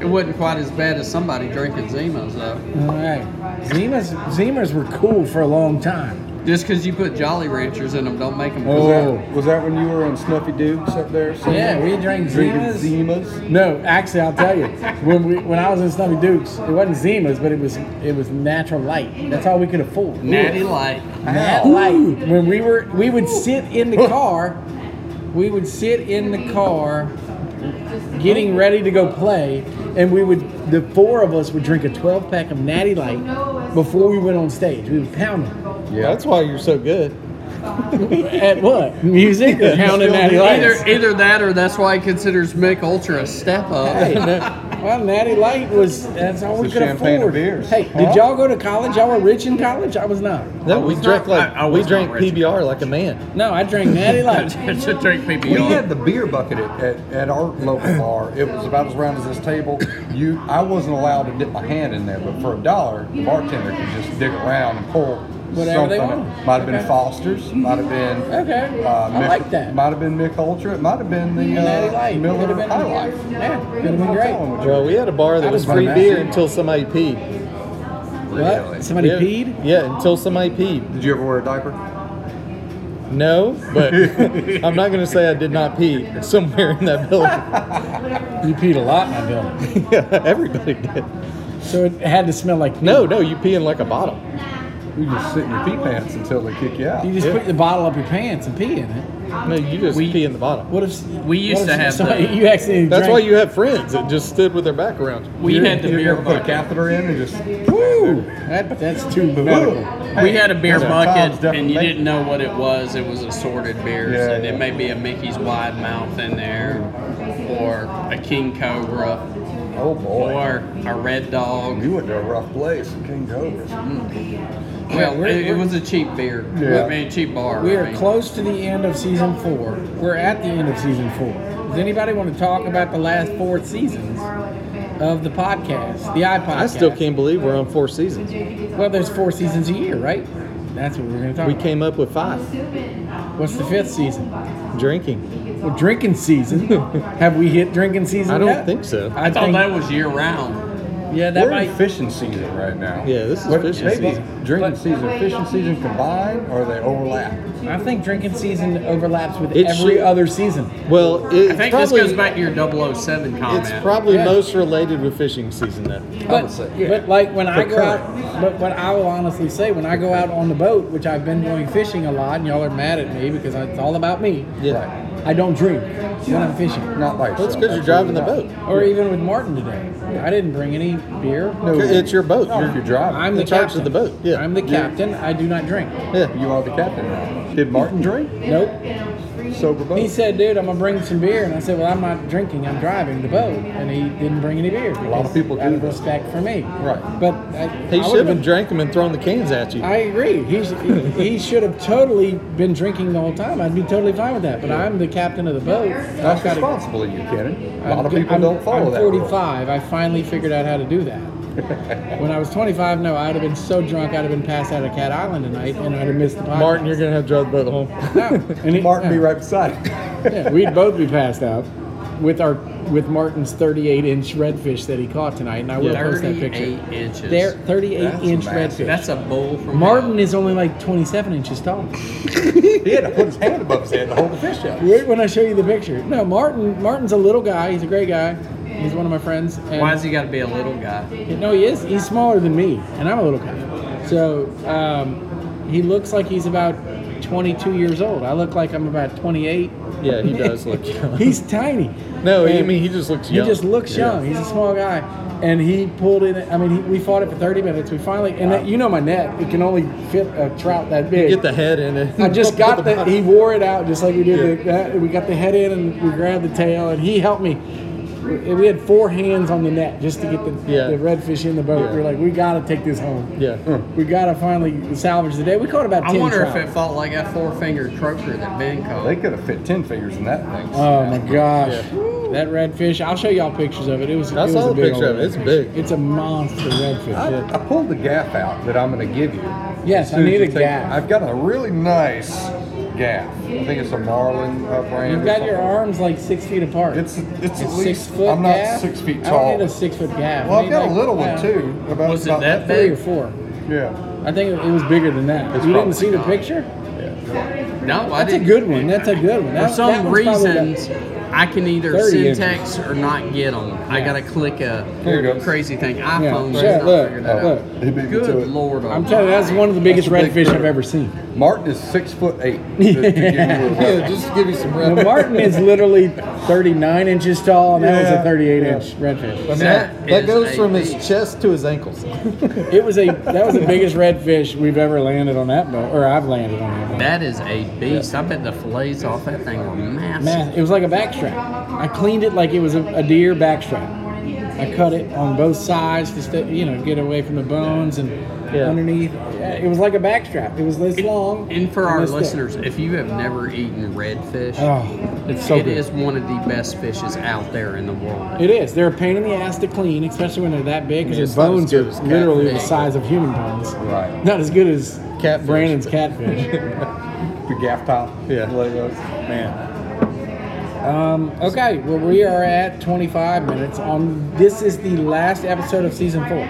Speaker 5: it wasn't quite as bad as somebody drinking Zimas, though.
Speaker 3: Weird. All right, Zimas Zimas were cool for a long time.
Speaker 5: Just because you put Jolly Ranchers in them, don't make them.
Speaker 6: Was,
Speaker 1: Oh.
Speaker 6: that, was that when you were on Snuffy Dukes up there? somewhere?
Speaker 3: Oh. Yeah, we drank
Speaker 6: drinking
Speaker 3: Zimas.
Speaker 6: Zimas.
Speaker 3: No, actually, I'll tell you. When we when I was in Snubby Dukes, it wasn't Zimas, but it was it was Natural Light. That's all we could afford.
Speaker 5: Natty Light.
Speaker 3: Nat Light. When we were we would sit in the car, we would sit in the car, getting ready to go play, and we would the four of us would drink a 12 pack of Natty Light before we went on stage. We would pound them.
Speaker 2: That's why you're so good.
Speaker 3: At what? Music? Pounding Natty Lights.
Speaker 5: Either, either that or that's why he considers Mick Ultra a step up.
Speaker 3: Hey, no- well, Natty Light was that's all we
Speaker 1: It's
Speaker 3: could
Speaker 1: the champagne of
Speaker 3: afford.
Speaker 1: beers.
Speaker 3: Hey, did y'all go to college? Y'all were rich in college. I was not.
Speaker 2: No,
Speaker 5: I
Speaker 2: we
Speaker 5: was
Speaker 2: drank
Speaker 5: not-
Speaker 2: like
Speaker 5: I- I
Speaker 2: we
Speaker 5: was
Speaker 2: drank
Speaker 5: not rich.
Speaker 2: PBR like a man.
Speaker 3: No, I drank Natty Light.
Speaker 5: Just drink PBR.
Speaker 1: We had the beer bucket at, at, at our local bar. It was about as round as this table. You, I wasn't allowed to dip my hand in there, but for a dollar, the bartender could just dig around and pull
Speaker 3: Whatever they
Speaker 1: something.
Speaker 3: wanted.
Speaker 1: Might have been
Speaker 3: Okay.
Speaker 1: Foster's. Might have been.
Speaker 3: Okay.
Speaker 1: Uh,
Speaker 3: I
Speaker 1: Mick-
Speaker 3: like that.
Speaker 1: Might have been Mick Ultra. It might have been the
Speaker 3: Natty
Speaker 1: uh,
Speaker 3: Light.
Speaker 1: Miller
Speaker 3: Could've been-
Speaker 1: High Life.
Speaker 3: Yeah, could have been great.
Speaker 2: Bro, we had a bar that
Speaker 3: That
Speaker 2: was
Speaker 3: was
Speaker 2: free
Speaker 1: fun.
Speaker 2: beer until somebody peed.
Speaker 3: What? Somebody
Speaker 2: yeah.
Speaker 3: peed?
Speaker 2: Yeah, until somebody peed.
Speaker 1: Did you ever wear a diaper?
Speaker 2: No, but I'm not gonna say I did not pee somewhere in that building.
Speaker 3: You peed a lot in that building.
Speaker 2: yeah, everybody did.
Speaker 3: So it had to smell like
Speaker 2: No, no, you pee in like a bottle.
Speaker 1: You just sit in your pee pants until they kick you out.
Speaker 3: You just
Speaker 2: Yeah.
Speaker 3: put the bottle up your pants and pee in it.
Speaker 2: No, you just
Speaker 5: We-
Speaker 2: pee in the bottle.
Speaker 3: What if
Speaker 5: We used
Speaker 3: what
Speaker 5: to
Speaker 3: if
Speaker 5: have
Speaker 3: somebody-
Speaker 5: the-
Speaker 3: you actually
Speaker 2: That's why you have friends that just stood with their back around. you.
Speaker 5: we
Speaker 1: You-
Speaker 5: had the
Speaker 1: you
Speaker 5: beer
Speaker 1: ever put a
Speaker 5: bucket.
Speaker 1: catheter in and just
Speaker 3: Woo! That, that's too medical.
Speaker 5: we had a beer
Speaker 1: Those are Tom's
Speaker 5: bucket,
Speaker 1: different
Speaker 5: and you
Speaker 1: things.
Speaker 5: didn't know what it was. It was assorted beers,
Speaker 1: Yeah,
Speaker 5: and
Speaker 1: yeah.
Speaker 5: it may be a Mickey's Wide Mouth in there, or a King Cobra,
Speaker 1: Oh boy.
Speaker 5: or a Red Dog.
Speaker 1: You went to a rough place, King Cobras.
Speaker 5: Well,
Speaker 3: we're-
Speaker 5: it, it was a cheap beer.
Speaker 1: Yeah.
Speaker 5: I mean, cheap bar.
Speaker 3: We
Speaker 5: I
Speaker 3: are
Speaker 5: mean.
Speaker 3: close to the end of season four. We're at the end of season four. Does anybody want to talk about the last four seasons of the podcast, the iPod?
Speaker 2: I still can't believe we're on four seasons.
Speaker 3: Well, there's four seasons a year, right? That's what we're going to talk
Speaker 2: We
Speaker 3: about.
Speaker 2: came up with five.
Speaker 3: What's the fifth season?
Speaker 2: Drinking.
Speaker 3: Well, drinking season. Have we hit drinking season?
Speaker 2: I don't
Speaker 3: yet?
Speaker 2: think so.
Speaker 5: I
Speaker 3: I
Speaker 5: thought
Speaker 3: think,
Speaker 5: that was year round.
Speaker 3: yeah, that
Speaker 1: We're
Speaker 3: might.
Speaker 1: in fishing season right now.
Speaker 2: Yeah, this is
Speaker 1: What-
Speaker 2: fishing
Speaker 1: maybe
Speaker 2: season.
Speaker 1: Drinking season, fishing season combined, or they overlap?
Speaker 3: I think drinking season overlaps with
Speaker 2: It
Speaker 3: every
Speaker 2: should.
Speaker 3: other season.
Speaker 2: Well, it's
Speaker 5: I think
Speaker 2: probably,
Speaker 5: this goes back to your 007 comment.
Speaker 2: It's probably
Speaker 3: Yeah.
Speaker 2: most related with fishing season though.
Speaker 3: But, but like when I go
Speaker 2: current.
Speaker 3: out, but what I will honestly say, when I go out on the boat, which I've been going fishing a lot, and y'all are mad at me because it's all about me.
Speaker 2: Yeah.
Speaker 3: I don't drink when I'm fishing,
Speaker 1: Not by
Speaker 2: That's
Speaker 1: yourself,
Speaker 2: because you're driving the boat.
Speaker 1: absolutely
Speaker 3: or even with Martin today. I didn't bring any beer.
Speaker 1: not. No,
Speaker 2: It's your boat.
Speaker 1: You're, you're driving.
Speaker 3: I'm
Speaker 2: in
Speaker 3: the
Speaker 2: charge
Speaker 3: captain
Speaker 2: of the boat, yeah.
Speaker 3: I'm the captain. I do not drink.
Speaker 2: Yeah.
Speaker 1: you are the captain now. Did Martin drink?
Speaker 3: Nope.
Speaker 1: Sober boat.
Speaker 3: He said, "Dude, I'm gonna bring some beer," and I said, "Well, I'm not drinking. I'm driving the boat," and he didn't bring any beer. A
Speaker 1: lot of people do
Speaker 3: out of
Speaker 1: that.
Speaker 3: respect for me.
Speaker 1: Right.
Speaker 3: But I,
Speaker 2: He
Speaker 3: I
Speaker 2: should
Speaker 3: would've
Speaker 2: have
Speaker 3: been.
Speaker 2: drank them and thrown the cans at you.
Speaker 3: I agree. He's, he should have totally been drinking the whole time. I'd be totally fine with that. But I'm the captain of the boat.
Speaker 1: That's
Speaker 3: I've gotta-
Speaker 1: responsible of you, Kenny. A lot of
Speaker 3: I'm-
Speaker 1: people
Speaker 3: I'm-
Speaker 1: don't follow
Speaker 3: I'm
Speaker 1: that. rule.
Speaker 3: 45. I finally figured out how to do that. when I was 25, no, I'd have been so drunk, I'd have been passed out at Cat Island tonight, and I'd have missed the podcast.
Speaker 2: Martin, you're gonna have to drive the boat home.
Speaker 3: No. And it-
Speaker 1: Martin be
Speaker 3: no.
Speaker 1: right beside you.
Speaker 3: Yeah, we'd both be passed out with our with Martin's 38 inch redfish that he caught tonight, and I will post that
Speaker 5: 38
Speaker 3: picture.
Speaker 5: inches.
Speaker 3: There, 38
Speaker 1: That's
Speaker 3: inch redfish.
Speaker 1: massive.
Speaker 5: That's a bull from
Speaker 3: Martin is only like 27 inches tall.
Speaker 1: he had to put his hand above his head to hold the fish out.
Speaker 3: Wait when I show you the picture. No, Martin. Martin's a little guy. He's a great guy. He's one of my friends. And
Speaker 5: Why has he got to be a little guy?
Speaker 3: No, he is. He's smaller than me, and I'm a little guy. So um, he looks like he's about 22 years old. I look like I'm about 28.
Speaker 2: Yeah, he does look young.
Speaker 3: He's tiny.
Speaker 2: No, I
Speaker 3: And
Speaker 2: mean he just looks
Speaker 3: He
Speaker 2: young.
Speaker 3: just looks young. He's a small guy, and he pulled in. I mean, he, we fought it for 30 minutes. We finally, and that, you know my net, it can only fit a trout that big.
Speaker 2: Get the head in it.
Speaker 3: I just got
Speaker 2: Put
Speaker 3: the.
Speaker 2: the
Speaker 3: He wore it out just like we did. The, that, we got the head in and we grabbed the tail, and he helped me. We we had four hands on the net just to get the,
Speaker 2: Yeah.
Speaker 3: the redfish in the boat.
Speaker 2: Yeah.
Speaker 3: We were like, we got to take this home.
Speaker 2: Yeah.
Speaker 3: We got to finally salvage the day. We caught about
Speaker 5: I
Speaker 3: 10
Speaker 5: wonder if
Speaker 3: trout.
Speaker 5: it felt like that four fingered croaker that Ben caught.
Speaker 1: They could have fit ten fingers in that thing.
Speaker 3: Oh my gosh.
Speaker 2: Yeah.
Speaker 3: That redfish. I'll show y'all pictures of it. It was
Speaker 2: I
Speaker 3: it was
Speaker 2: saw
Speaker 3: a
Speaker 2: the
Speaker 3: big
Speaker 2: picture of
Speaker 3: old
Speaker 2: it. It's
Speaker 3: redfish.
Speaker 2: big.
Speaker 3: It's a monster
Speaker 1: I,
Speaker 3: redfish.
Speaker 1: I pulled the gaff out that I'm going to give you.
Speaker 3: Yes,
Speaker 1: As soon
Speaker 3: I
Speaker 1: as
Speaker 3: need
Speaker 1: you
Speaker 3: a
Speaker 1: take-
Speaker 3: gaff.
Speaker 1: I've got a really nice gaff. I think it's a Marlin uh, brand.
Speaker 3: You've
Speaker 1: or
Speaker 3: got your
Speaker 1: something.
Speaker 3: arms like six feet apart.
Speaker 1: It's it's, at
Speaker 3: It's
Speaker 1: least,
Speaker 3: six foot.
Speaker 1: I'm not
Speaker 3: gaff.
Speaker 1: six feet
Speaker 3: I
Speaker 1: tall.
Speaker 3: don't need a six foot gap.
Speaker 1: well, I've got a little one too. About
Speaker 5: Was it
Speaker 1: about
Speaker 5: that
Speaker 3: uh, Three
Speaker 5: big?
Speaker 3: or four.
Speaker 1: Yeah.
Speaker 3: I think it was bigger than that.
Speaker 1: It's
Speaker 3: you
Speaker 1: probably
Speaker 3: didn't see the
Speaker 1: not.
Speaker 3: picture?
Speaker 5: No, I
Speaker 3: That's a
Speaker 5: didn't.
Speaker 3: good one. That's a good one. That,
Speaker 5: For some
Speaker 3: that one's probably about-
Speaker 5: reasons, I can either
Speaker 3: 30
Speaker 5: send
Speaker 3: inches.
Speaker 5: text or not get them. I gotta click
Speaker 1: There you
Speaker 5: a
Speaker 1: go.
Speaker 5: crazy thing. iPhone
Speaker 3: Yeah,
Speaker 5: has
Speaker 3: shit,
Speaker 5: not
Speaker 3: look,
Speaker 5: figured
Speaker 3: look.
Speaker 5: that out.
Speaker 1: Uh, He beat me
Speaker 5: Good
Speaker 1: Oh, to it.
Speaker 5: lord,
Speaker 3: I'm telling you, that's one of the biggest
Speaker 1: That's a
Speaker 3: redfish
Speaker 1: big
Speaker 3: I've
Speaker 1: critter.
Speaker 3: ever seen.
Speaker 1: Martin is six foot eight. to- to give you a
Speaker 4: Yeah,
Speaker 1: reference.
Speaker 4: just to give you some
Speaker 3: The
Speaker 4: reference.
Speaker 3: Martin is literally 39 inches tall, and that was a
Speaker 4: Yeah,
Speaker 3: 38
Speaker 4: yeah.
Speaker 3: inch redfish.
Speaker 4: I mean,
Speaker 5: That
Speaker 4: that,
Speaker 5: is
Speaker 4: that goes
Speaker 5: a
Speaker 4: from his
Speaker 5: beast.
Speaker 4: chest to his ankles.
Speaker 3: It was a that was the biggest redfish we've ever landed on that boat, or I've landed on that boat.
Speaker 5: That is a beast. I bet the fillets off that thing were massive.
Speaker 3: Man, it was like a backstrap. I cleaned it like it was a, a deer backstrap. I cut it on both sides to stay, you know get away from the bones and
Speaker 2: Yeah.
Speaker 3: underneath. Yeah, it was like a backstrap. It was this long.
Speaker 5: And for our
Speaker 3: this thick.
Speaker 5: listeners, if you have never eaten redfish,
Speaker 3: oh,
Speaker 5: it
Speaker 3: it's
Speaker 5: is
Speaker 3: so good.
Speaker 5: one of the best fishes out there in the world.
Speaker 3: It is. They're a pain in the ass to clean, especially when they're that big because their
Speaker 2: Yeah, it's not as
Speaker 3: bones are
Speaker 2: good as
Speaker 3: literally the
Speaker 5: catfish.
Speaker 3: size of human bones.
Speaker 1: Right.
Speaker 3: Not as good as
Speaker 2: Catfish.
Speaker 3: Brandon's catfish.
Speaker 1: The gaff top.
Speaker 2: Yeah.
Speaker 1: Legos.
Speaker 2: Man,
Speaker 3: um, okay, well, we are at 25 minutes. On This is the last episode of season four.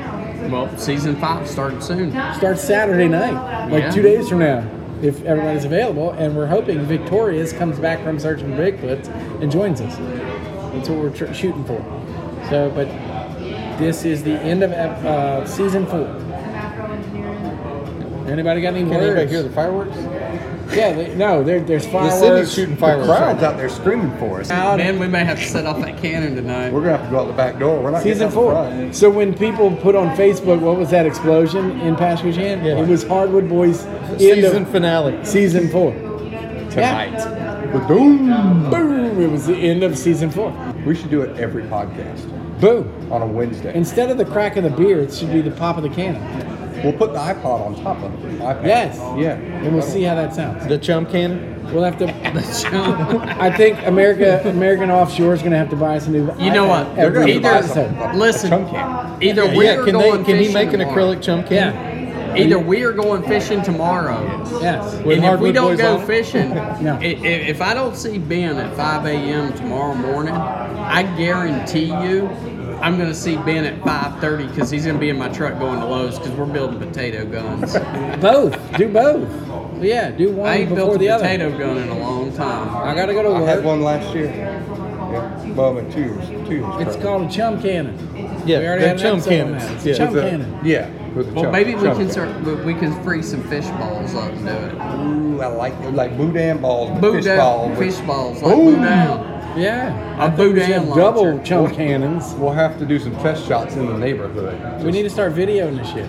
Speaker 5: Well, season five starting soon.
Speaker 3: Starts Saturday night, like
Speaker 5: Yeah.
Speaker 3: two days from now, if everybody's available. And we're hoping Victorious comes back from searching for Bigfoot and joins us. That's what we're tr- shooting for. So, but this is the end of ep- uh, season four. Anybody got any
Speaker 2: can
Speaker 3: words?
Speaker 2: anybody hear the fireworks?
Speaker 3: Yeah, they, no, there, there's
Speaker 2: The
Speaker 3: fireworks.
Speaker 2: city's shooting fireworks.
Speaker 1: Crowds
Speaker 2: right
Speaker 1: out there screaming for us.
Speaker 3: out.
Speaker 5: Man, we may have to set off that cannon tonight.
Speaker 1: We're gonna have to go out the back door. We're not getting
Speaker 3: Season
Speaker 1: out the
Speaker 3: four.
Speaker 1: front.
Speaker 3: So when people put on Facebook, what was that explosion in Pashkushan?
Speaker 2: Yeah.
Speaker 3: It was Hardwood Boys
Speaker 2: now.
Speaker 3: end
Speaker 2: Season
Speaker 3: of
Speaker 2: finale.
Speaker 3: season four.
Speaker 5: Tonight.
Speaker 1: Ba-doom.
Speaker 3: Boom! It was the end of season four.
Speaker 1: We should do it every podcast
Speaker 3: Boom!
Speaker 1: on a Wednesday.
Speaker 3: Instead of the crack of the beer, it should be the pop of the cannon.
Speaker 1: We'll put the iPod on top of it. iPad.
Speaker 3: Yes.
Speaker 1: Yeah.
Speaker 3: And we'll see how that sounds.
Speaker 2: The chum cannon.
Speaker 3: We'll have to. I think America, American offshore is going to have to buy some new.
Speaker 5: You know what?
Speaker 3: iPads
Speaker 1: They're gonna
Speaker 3: every
Speaker 1: have to buy
Speaker 5: Either-
Speaker 3: episode.
Speaker 1: something.
Speaker 5: Listen.
Speaker 1: A chum can.
Speaker 5: Either
Speaker 2: Yeah, can
Speaker 5: we're
Speaker 2: they?
Speaker 5: going
Speaker 2: Can he
Speaker 5: fishing
Speaker 2: make an
Speaker 5: tomorrow.
Speaker 2: acrylic chum cannon?
Speaker 3: Yeah.
Speaker 5: Either we are going fishing tomorrow.
Speaker 3: Yes.
Speaker 2: With
Speaker 5: and if we
Speaker 2: hardwood
Speaker 5: don't
Speaker 2: boys
Speaker 5: go
Speaker 2: on it?
Speaker 5: fishing,
Speaker 3: No.
Speaker 5: i if, if I don't see Ben at 5 a.m. tomorrow morning, I guarantee you I'm going to see Ben at 5.30 because he's going to be in my truck going to Lowe's because we're building potato guns.
Speaker 3: Both. Do both. Yeah. Do one
Speaker 5: I ain't
Speaker 3: before
Speaker 5: built a
Speaker 3: the other.
Speaker 5: potato gun in a long time.
Speaker 3: I gotta go to
Speaker 1: I had
Speaker 3: work.
Speaker 1: one last year. Yeah. Well, I mean, two years. Two years.
Speaker 3: It's
Speaker 1: probably.
Speaker 3: called a chum cannon.
Speaker 2: Yeah,
Speaker 3: we already
Speaker 2: they're
Speaker 3: had an
Speaker 2: chum
Speaker 3: episode on
Speaker 2: cannons.
Speaker 3: that. It's a
Speaker 2: Yeah.
Speaker 3: chum
Speaker 1: With the-
Speaker 3: cannon.
Speaker 1: Yeah. With the
Speaker 5: Well,
Speaker 1: chum-
Speaker 5: maybe we
Speaker 1: chum
Speaker 5: can
Speaker 1: can.
Speaker 5: start, we- we can free some fish balls up and do it.
Speaker 1: Ooh, I like like boudin balls. but
Speaker 5: Boo
Speaker 1: fish
Speaker 5: down,
Speaker 1: ball with-
Speaker 5: fish balls, like
Speaker 1: Ooh.
Speaker 5: boo down.
Speaker 3: Yeah.
Speaker 5: A
Speaker 3: We should
Speaker 5: boudin
Speaker 3: have
Speaker 5: launcher.
Speaker 3: double chum cannons.
Speaker 1: We'll have to do some test shots in the neighborhood.
Speaker 3: We need to start videoing this shit.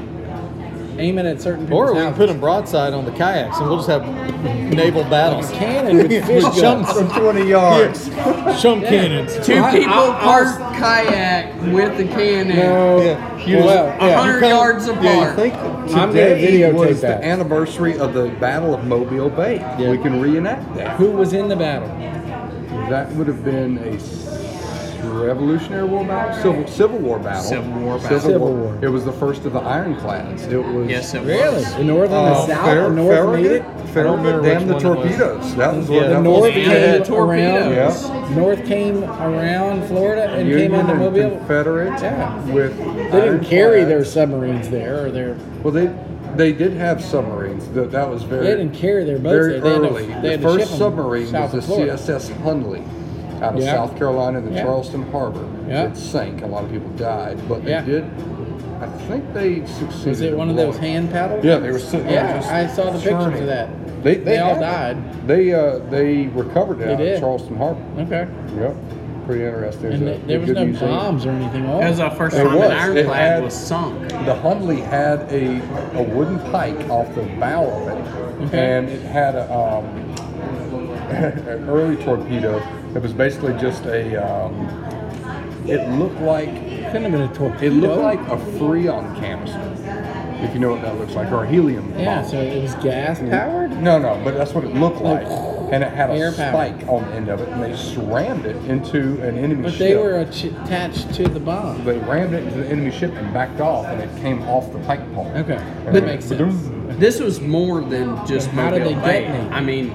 Speaker 3: Aim it at certain people's
Speaker 2: Or we can
Speaker 3: houses.
Speaker 2: put them broadside on the kayaks, and we'll just have naval battles.
Speaker 3: cannon with fish
Speaker 2: With
Speaker 3: guns.
Speaker 2: chum,
Speaker 1: From 20 yards.
Speaker 2: chum cannons.
Speaker 5: Two
Speaker 3: I-
Speaker 5: people
Speaker 3: I- I was-
Speaker 5: parked kayak with the cannon.
Speaker 3: No.
Speaker 2: Yeah.
Speaker 3: You well,
Speaker 2: just-
Speaker 5: A
Speaker 2: yeah.
Speaker 3: yeah.
Speaker 5: hundred
Speaker 2: come-
Speaker 5: yards
Speaker 1: Yeah,
Speaker 5: apart.
Speaker 1: you think
Speaker 3: gonna
Speaker 1: today
Speaker 3: videotape
Speaker 1: was
Speaker 3: that.
Speaker 1: the anniversary of the Battle of Mobile Bay.
Speaker 2: Yeah.
Speaker 1: We can reenact that.
Speaker 3: Who was in the battle?
Speaker 1: That would have been a s- Revolutionary War battle, Civil, Civil War battle.
Speaker 5: Civil War battle.
Speaker 1: Civil,
Speaker 3: Civil
Speaker 1: War.
Speaker 3: War.
Speaker 1: It was the first of the ironclads. It was
Speaker 5: yes, it
Speaker 3: Really?
Speaker 5: was.
Speaker 3: The north and the
Speaker 1: uh,
Speaker 3: south?
Speaker 1: Farra-
Speaker 3: the north made
Speaker 1: Farragut.
Speaker 3: it?
Speaker 1: Farragut
Speaker 2: remember
Speaker 1: damned the
Speaker 2: which one it was.
Speaker 1: torpedoes. That was what
Speaker 2: Yeah,
Speaker 1: that
Speaker 2: the
Speaker 1: was.
Speaker 3: North
Speaker 5: Yeah,
Speaker 3: came
Speaker 5: the torpedoes.
Speaker 3: around.
Speaker 1: Yeah.
Speaker 3: North came around Florida and
Speaker 1: Union
Speaker 3: came into
Speaker 1: and
Speaker 3: Mobile.
Speaker 1: Confederate
Speaker 3: Yeah.
Speaker 1: with
Speaker 3: They didn't carry
Speaker 1: ironclads.
Speaker 3: their submarines there, or their
Speaker 1: Well, they they did have submarines. That that was very.
Speaker 3: They didn't carry their boats.
Speaker 1: very
Speaker 3: they
Speaker 1: early.
Speaker 3: Had to, they had
Speaker 1: the
Speaker 3: to ship
Speaker 1: first
Speaker 3: them
Speaker 1: submarine
Speaker 3: south
Speaker 1: was the
Speaker 3: of Florida.
Speaker 1: CSS Hundley out of
Speaker 3: Yeah.
Speaker 1: South Carolina in the
Speaker 3: Yeah.
Speaker 1: Charleston Harbor.
Speaker 3: Yeah.
Speaker 1: It sank. A lot of people died, but they
Speaker 3: Yeah.
Speaker 1: did. I think they succeeded.
Speaker 3: Was it
Speaker 1: in
Speaker 3: one of those
Speaker 1: blowing-
Speaker 3: hand paddles?
Speaker 1: Yeah, they were sitting.
Speaker 3: Yeah,
Speaker 1: there just
Speaker 3: I saw the pictures
Speaker 1: churning.
Speaker 3: of that.
Speaker 1: They,
Speaker 3: They all
Speaker 1: had it.
Speaker 3: died.
Speaker 1: They uh, they recovered it
Speaker 3: They
Speaker 1: out
Speaker 3: did.
Speaker 1: of Charleston Harbor.
Speaker 3: Okay.
Speaker 1: Yep, pretty interesting.
Speaker 3: And
Speaker 1: There's
Speaker 3: th-
Speaker 1: a-
Speaker 3: there
Speaker 1: a
Speaker 3: was
Speaker 1: good
Speaker 3: no
Speaker 1: museum.
Speaker 3: bombs or anything. on
Speaker 5: That
Speaker 3: it.
Speaker 5: was our first
Speaker 1: It
Speaker 5: time
Speaker 1: was.
Speaker 5: an
Speaker 1: It
Speaker 5: ironclad
Speaker 1: had-
Speaker 5: was sunk.
Speaker 1: The Hundley had a, a wooden pike off the bow of it,
Speaker 3: Okay.
Speaker 1: and it had a, um, an early torpedo. It was basically just a. Um, it looked like
Speaker 3: couldn't have been a torpedo.
Speaker 1: it looked like a freon canister, if you know what that looks like, or a helium bomb.
Speaker 3: Yeah, so it was gas powered.
Speaker 1: No, no, but that's what it looked like, and it had a
Speaker 3: Air power.
Speaker 1: spike on the end of it, and they slammed it into an enemy
Speaker 3: But
Speaker 1: ship.
Speaker 3: they were ach- attached to the bomb.
Speaker 1: They rammed it into the enemy ship and backed off, and it came off the pike pole.
Speaker 3: Okay,
Speaker 1: And
Speaker 3: that
Speaker 1: it-
Speaker 3: makes sense.
Speaker 5: This was more than just
Speaker 3: How did
Speaker 5: Mobile
Speaker 3: they
Speaker 5: Bay.
Speaker 3: detonate?
Speaker 5: I mean,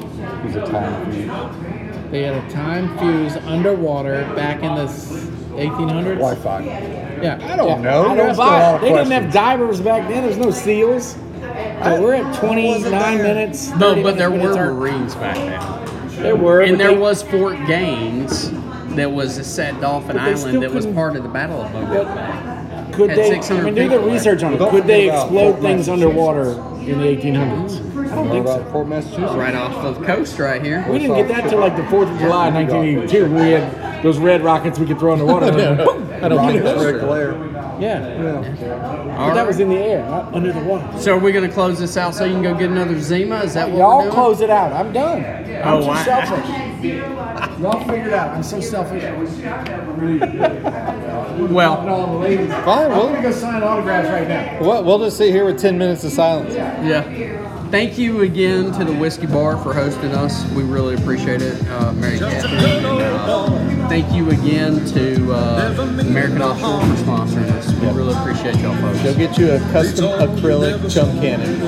Speaker 1: He's a time thief.
Speaker 3: They had a time fuse underwater back in the s- 1800s.
Speaker 1: Wi-Fi.
Speaker 3: Yeah, I
Speaker 1: don't know.
Speaker 3: I
Speaker 1: You're
Speaker 3: don't
Speaker 1: asking
Speaker 3: buy
Speaker 1: a
Speaker 3: it.
Speaker 1: lot of
Speaker 3: They didn't have
Speaker 1: questions.
Speaker 3: divers back then. There's no seals. So we're at 29 minutes.
Speaker 5: No,
Speaker 3: 30
Speaker 5: but there
Speaker 3: minutes,
Speaker 5: were
Speaker 3: our-
Speaker 5: Marines back then,
Speaker 3: There were. but
Speaker 5: and there
Speaker 3: they-
Speaker 5: was Fort Gaines that was a set dolphin
Speaker 3: But they still
Speaker 5: island that was
Speaker 3: couldn't-
Speaker 5: part of the Battle of Mobile Bay.
Speaker 3: Could
Speaker 5: had
Speaker 3: they? I
Speaker 5: 600
Speaker 3: mean, do the
Speaker 5: people there.
Speaker 3: research on it.
Speaker 1: Don't
Speaker 3: Could they
Speaker 1: forget about
Speaker 3: explode
Speaker 1: Fort
Speaker 3: things
Speaker 1: Massachusetts.
Speaker 3: underwater in the 1800s? I don't
Speaker 1: What
Speaker 3: think
Speaker 1: about
Speaker 3: so.
Speaker 1: Fort Massachusetts?
Speaker 5: Right off the coast, right here.
Speaker 3: We didn't get that till like the 4th of July, 1982, when we had those red rockets we could throw in the water.
Speaker 2: I don't
Speaker 1: Rocket
Speaker 2: think that's
Speaker 1: Rick
Speaker 2: true.
Speaker 1: Lair.
Speaker 3: Yeah,
Speaker 5: All
Speaker 3: but that
Speaker 5: right.
Speaker 3: was in the air, not under the water.
Speaker 5: So are we gonna close this out so you can go get another Zima? Is that what we're
Speaker 3: Y'all
Speaker 5: doing?
Speaker 3: close it out. I'm done. I'm
Speaker 5: Oh,
Speaker 3: too
Speaker 5: I-
Speaker 3: selfish. Y'all figure it out. I'm so selfish.
Speaker 5: Well,
Speaker 3: all the ladies. I'm
Speaker 2: Fine, we'll,
Speaker 3: gonna go sign autographs right now.
Speaker 2: we'll, we'll just sit here with 10 minutes of silence.
Speaker 5: yeah. Thank you again to the Whiskey Bar for hosting us. We really appreciate it, uh, Mary Catherine. And, uh, thank you again to uh, American Offshore for sponsoring us. We really appreciate y'all,
Speaker 2: Go
Speaker 5: folks.
Speaker 2: get you a custom acrylic chum cannon.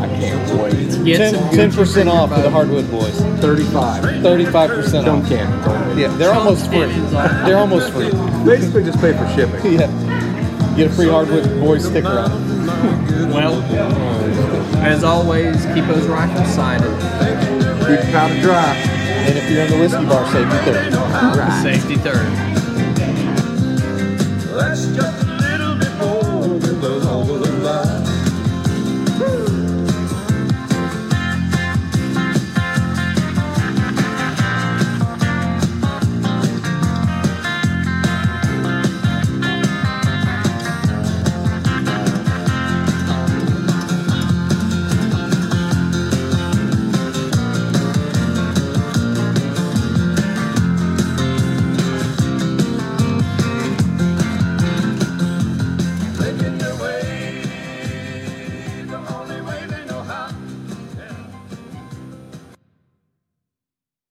Speaker 1: I can't wait.
Speaker 5: Get
Speaker 2: 10,
Speaker 5: some Gucci
Speaker 2: 10%
Speaker 5: for
Speaker 2: off for the
Speaker 5: everybody.
Speaker 2: hardwood boys.
Speaker 1: 35.
Speaker 2: 35%
Speaker 1: Dumb
Speaker 2: off.
Speaker 1: cannon.
Speaker 2: Yeah, they're almost free. They're almost free.
Speaker 1: Basically, just pay for shipping.
Speaker 2: Yeah. Get a free hardwood boys sticker on. it.
Speaker 5: Well, as always, keep those rifles sighted.
Speaker 1: Keep it powder dry.
Speaker 2: And if you're in the whiskey bar, safety third.
Speaker 5: Safety third.
Speaker 4: That's just